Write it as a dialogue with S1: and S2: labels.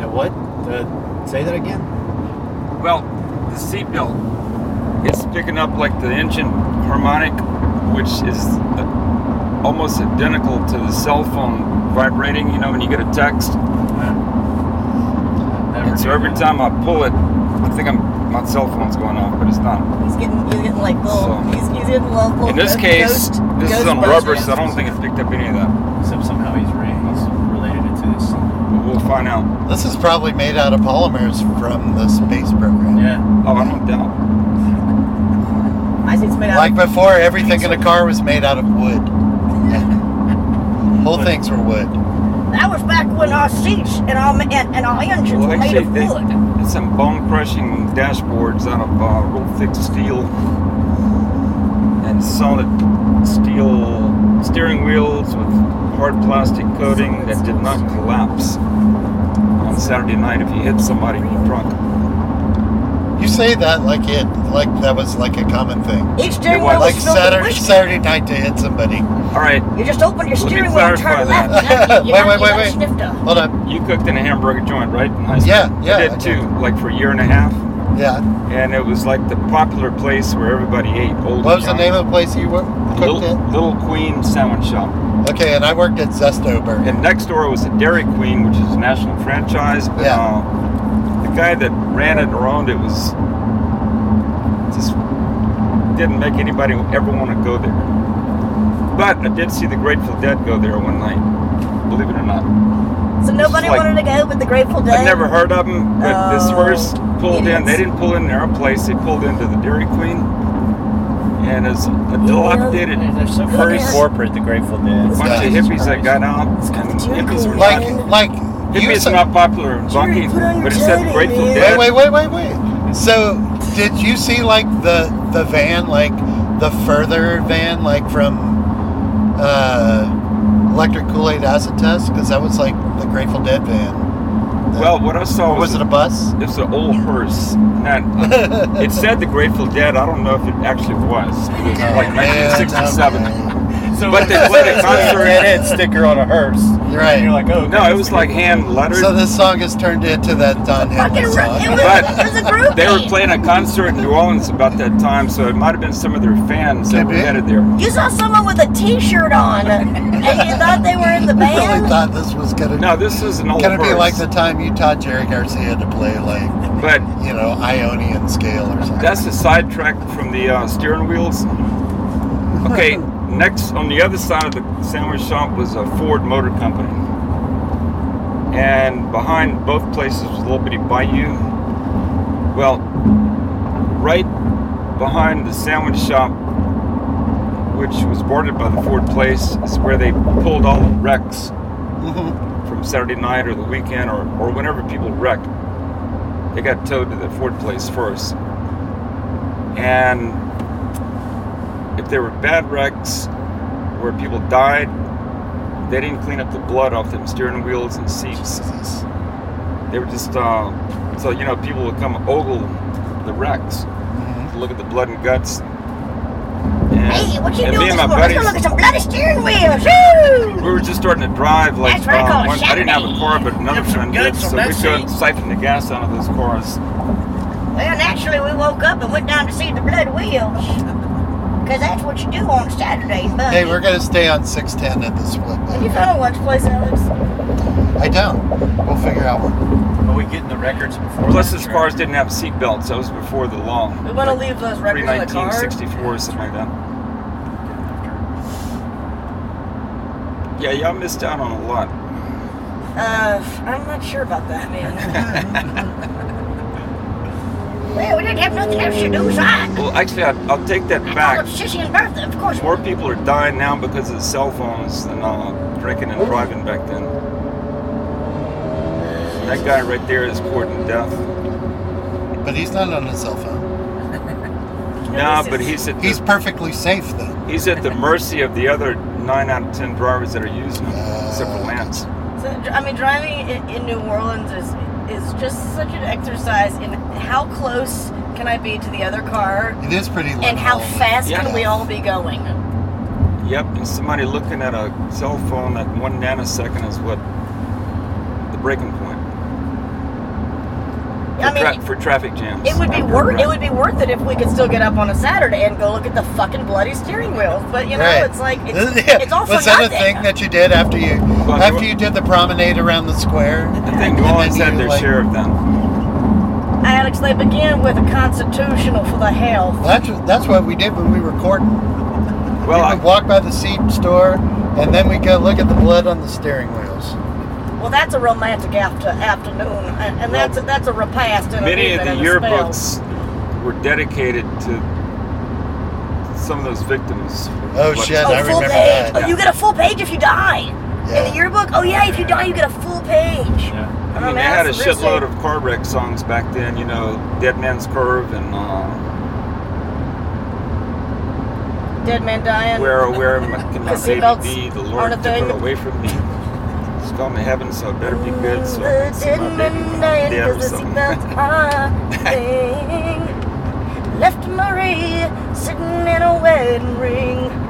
S1: And what? Uh, say that again?
S2: Well, the seatbelt is picking up like the engine harmonic, which is uh, almost identical to the cell phone vibrating, you know, when you get a text.
S1: Never
S2: And so
S1: knew
S2: every
S1: that.
S2: time I pull it, I think I'm, my cell phone's going off, but it's not.
S3: He's getting, he's getting like little,
S2: So-
S3: he's, he's getting little. little
S2: In this
S3: ghost-
S2: case,
S3: ghost-
S2: this is
S3: ghost
S2: on rubber, so I
S3: buzzers.
S2: don't think it picked up any of that.
S4: Except somehow he's ra- he's related it to this.
S2: But we'll find out.
S5: This is probably made out of polymers from the space program.
S4: Yeah.
S2: Oh, I don't doubt.
S3: I see it's made out.
S5: Like
S3: of,
S5: before, everything in a car was made out of wood. Whole things were wood.
S3: that was back when our seats and our and, and our engines
S2: Well,
S3: were made
S2: actually,
S3: of
S2: they,
S3: wood.
S2: it's some bone crushing dashboards out of uh, real thick steel and solid steel steering wheels with hard plastic coating that did not collapse on Saturday night if you hit somebody in the trunk.
S5: You say that like it, like that was like a common thing.
S3: Each steering
S2: was.
S3: wheel
S5: Like
S3: was filled with
S5: Saturday,
S3: whiskey.
S5: Saturday night to hit somebody.
S2: All right,
S3: You just open your
S2: Let me
S3: steering wheel and
S2: clarify that.
S3: turn left. You gotta- you
S5: Wait,
S3: gotta-
S5: wait,
S3: you
S5: wait,
S3: gotta
S5: wait.
S3: sniff the-
S5: Hold up.
S2: you cooked in a hamburger joint, right? in high school?
S5: Yeah,
S2: I
S5: yeah, I
S2: did
S5: did.
S2: too, like for a year and a half,
S5: Yeah.
S2: and it was like the popular place where everybody ate. Old
S5: What was the
S2: Town.
S5: name of the place you were cooked
S2: Little, Little Queen Sandwich Shop.
S5: at? Okay, and I worked at Zesto Burger.
S2: And next door was a Dairy Queen, which is a national franchise. But
S5: Yeah.
S2: uh, the guy that ran it or owned it was just didn't make anybody ever want to go there. But I did see the Grateful Dead go there one night. Believe it or not,
S3: So nobody
S2: like-
S3: wanted to go with the Grateful Dead.
S2: I never heard of them. But this
S3: Oh,
S2: horse pulled in.
S3: idiots.
S2: They didn't pull in their place. They pulled into the Dairy Queen, and it's a dilapidated
S4: They're so
S3: First-
S4: very corporate, the Grateful Dead.
S2: bunch of
S5: Jesus
S2: hippies that got out.
S3: got
S2: And
S3: the Dairy
S2: hippies
S3: Queen.
S2: were
S5: Like,
S2: not.
S5: like you
S2: Hippies
S5: said-
S2: are not popular in
S3: Jerry,
S2: Bucky,
S3: put on your
S2: but it said
S3: jacket,
S2: Grateful
S3: man.
S2: Dead.
S5: Wait, wait, wait, wait, wait. So, did you see like the the van, like the further van, like from uh, Electric Kool Aid Acid Test? Because that was like the Grateful Dead van.
S2: Well, what I saw
S5: or
S2: was,
S5: was it a bus?
S2: it was an old hearse. Not, it said the Grateful Dead. I don't know if it actually was. It was
S5: Oh,
S2: like 1967.
S4: So
S2: But they played a concert.
S4: Dead sticker on a hearse.
S5: You're right.
S4: And you're like, oh.
S2: No, it was like hand lettered.
S5: So this song has turned into that Don
S3: Fucking
S5: Henley
S3: ru- it
S5: song.
S3: was,
S2: But
S3: it was a group.
S2: they were playing a concert in New Orleans about that time, so it might have been some of their fans that
S5: Could
S2: were
S5: be.
S2: headed there.
S3: You saw someone with a T-shirt on, and you thought they were in the
S5: I really
S3: band.
S5: thought this was gonna
S2: No, this is an old
S5: gonna be
S2: hearse,
S5: like the time you taught Jerry Garcia to play like
S2: But
S5: you know Ionian scale or something.
S2: That's a sidetrack from the uh, steering wheels. Okay, next on the other side of the sandwich shop was a Ford Motor Company, and behind both places was a little bitty bayou. Well, right behind the sandwich shop, which was bordered by the Ford place, is where they pulled all the wrecks from Saturday night or the weekend or, or whenever people wrecked. They got towed to the Ford place first and if there were bad wrecks where people died, they didn't clean up the blood off them steering wheels and seats.
S5: Jesus.
S2: They were just uh, so you know people would come ogle the wrecks,
S5: Mm-hmm.
S2: look at the blood and guts. And,
S3: Hey, what you
S2: and
S3: doing
S2: me
S3: this
S2: and my
S3: morning? Let's go look at
S2: buddies,
S3: some bloody steering wheels. Woo!
S2: we were just starting to drive. Like
S3: That's what I
S2: uh,
S3: call a
S2: one- I didn't have a
S3: Saturday.
S2: car, but another
S4: Get some
S2: friend did,
S4: guts on
S2: so
S4: that
S2: we could
S4: seat.
S2: siphon the gas out of those cars.
S3: Well, naturally, we woke up and went down to see the blood wheels. Because that's what you do on Saturday, buddy.
S5: Hey, we're gonna stay on six ten at this
S3: Have you
S5: one.
S3: found a lunch place, Alex?
S5: I don't. We'll figure out one.
S4: But we get in the records before.
S2: Plus,
S4: that,
S2: those
S4: sure.
S2: cars didn't have seat belts. That was before the law.
S3: We want to leave those records in the car.
S2: 31964 or something like that. Yeah, y'all missed out on a lot.
S3: Uh, I'm not sure about that, man. well, we didn't have nothing else to do, so I
S2: Well, actually, I, I'll take that
S3: called
S2: back.
S3: up Sissy and Bertha, of course.
S2: More people are dying now because of cell phones than uh, drinking and driving back then. That guy right there is courting death.
S5: But he's not on his cell phone.
S2: No, but he's at
S5: He's
S2: the,
S5: perfectly safe though.
S2: he's at the mercy of the other nine out of ten drivers that are using them, except for Lance.
S3: So, I mean, driving in, in New Orleans is is just such an exercise in how close can I be to the other car,
S5: It is pretty.
S3: and how
S5: lonely.
S3: fast
S2: Yeah.
S3: can we all be going?
S2: Yep, and somebody looking at a cell phone at one nanosecond is what the breaking point.
S3: I mean,
S2: tra- for traffic jams.
S3: It would be
S2: after a
S3: worth it
S2: ride.
S3: would be worth it if we could still get up on a Saturday and go look at the fucking bloody steering wheels. But you know,
S5: Right.
S3: it's like it's,
S5: Yeah.
S3: it's all for
S5: Was that a
S3: nothing.
S5: thing that you did after you
S2: Well,
S5: after
S2: you-
S5: you did the promenade around the square?
S2: I think New
S5: And
S2: Orleans
S5: then
S2: had
S5: you,
S2: their
S5: like-
S2: share of them.
S3: Alex, they begin with a constitutional for the health.
S5: That's that's what we did when we were courting.
S2: Well,
S5: we
S2: I,
S5: would walk by the seed store, and then we go look at the blood on the steering wheels.
S3: Well, that's a romantic after afternoon, and, and that's a, that's a repast and a
S2: many of
S3: reason
S2: the
S3: and a spell.
S2: yearbooks were dedicated to some of those victims.
S5: Oh,
S2: Like-
S5: shit,
S3: Oh,
S5: I
S3: full
S5: remember
S3: page!
S5: that.
S3: Oh, you get a full page if you die in
S5: Yeah.
S3: the yearbook. Oh yeah, if you die, you get a full page.
S4: Yeah.
S2: I mean, they had a shitload of car wreck songs back then. You know, Dead Man's Curve and uh,
S3: dead man dying.
S2: Where Oh Where Can My
S3: Pussy
S2: Baby
S3: belts
S2: Be? The
S3: on
S2: Lord
S3: a
S2: took
S3: thing.
S2: her away from me. She's gone to heaven, so it better be good. So I
S3: The
S2: can see
S3: dead
S2: my baby
S3: man
S2: when
S3: dying
S2: I'm dead or
S3: because the
S2: something.
S3: seatbelts are thing. Left Marie sitting in a wedding ring.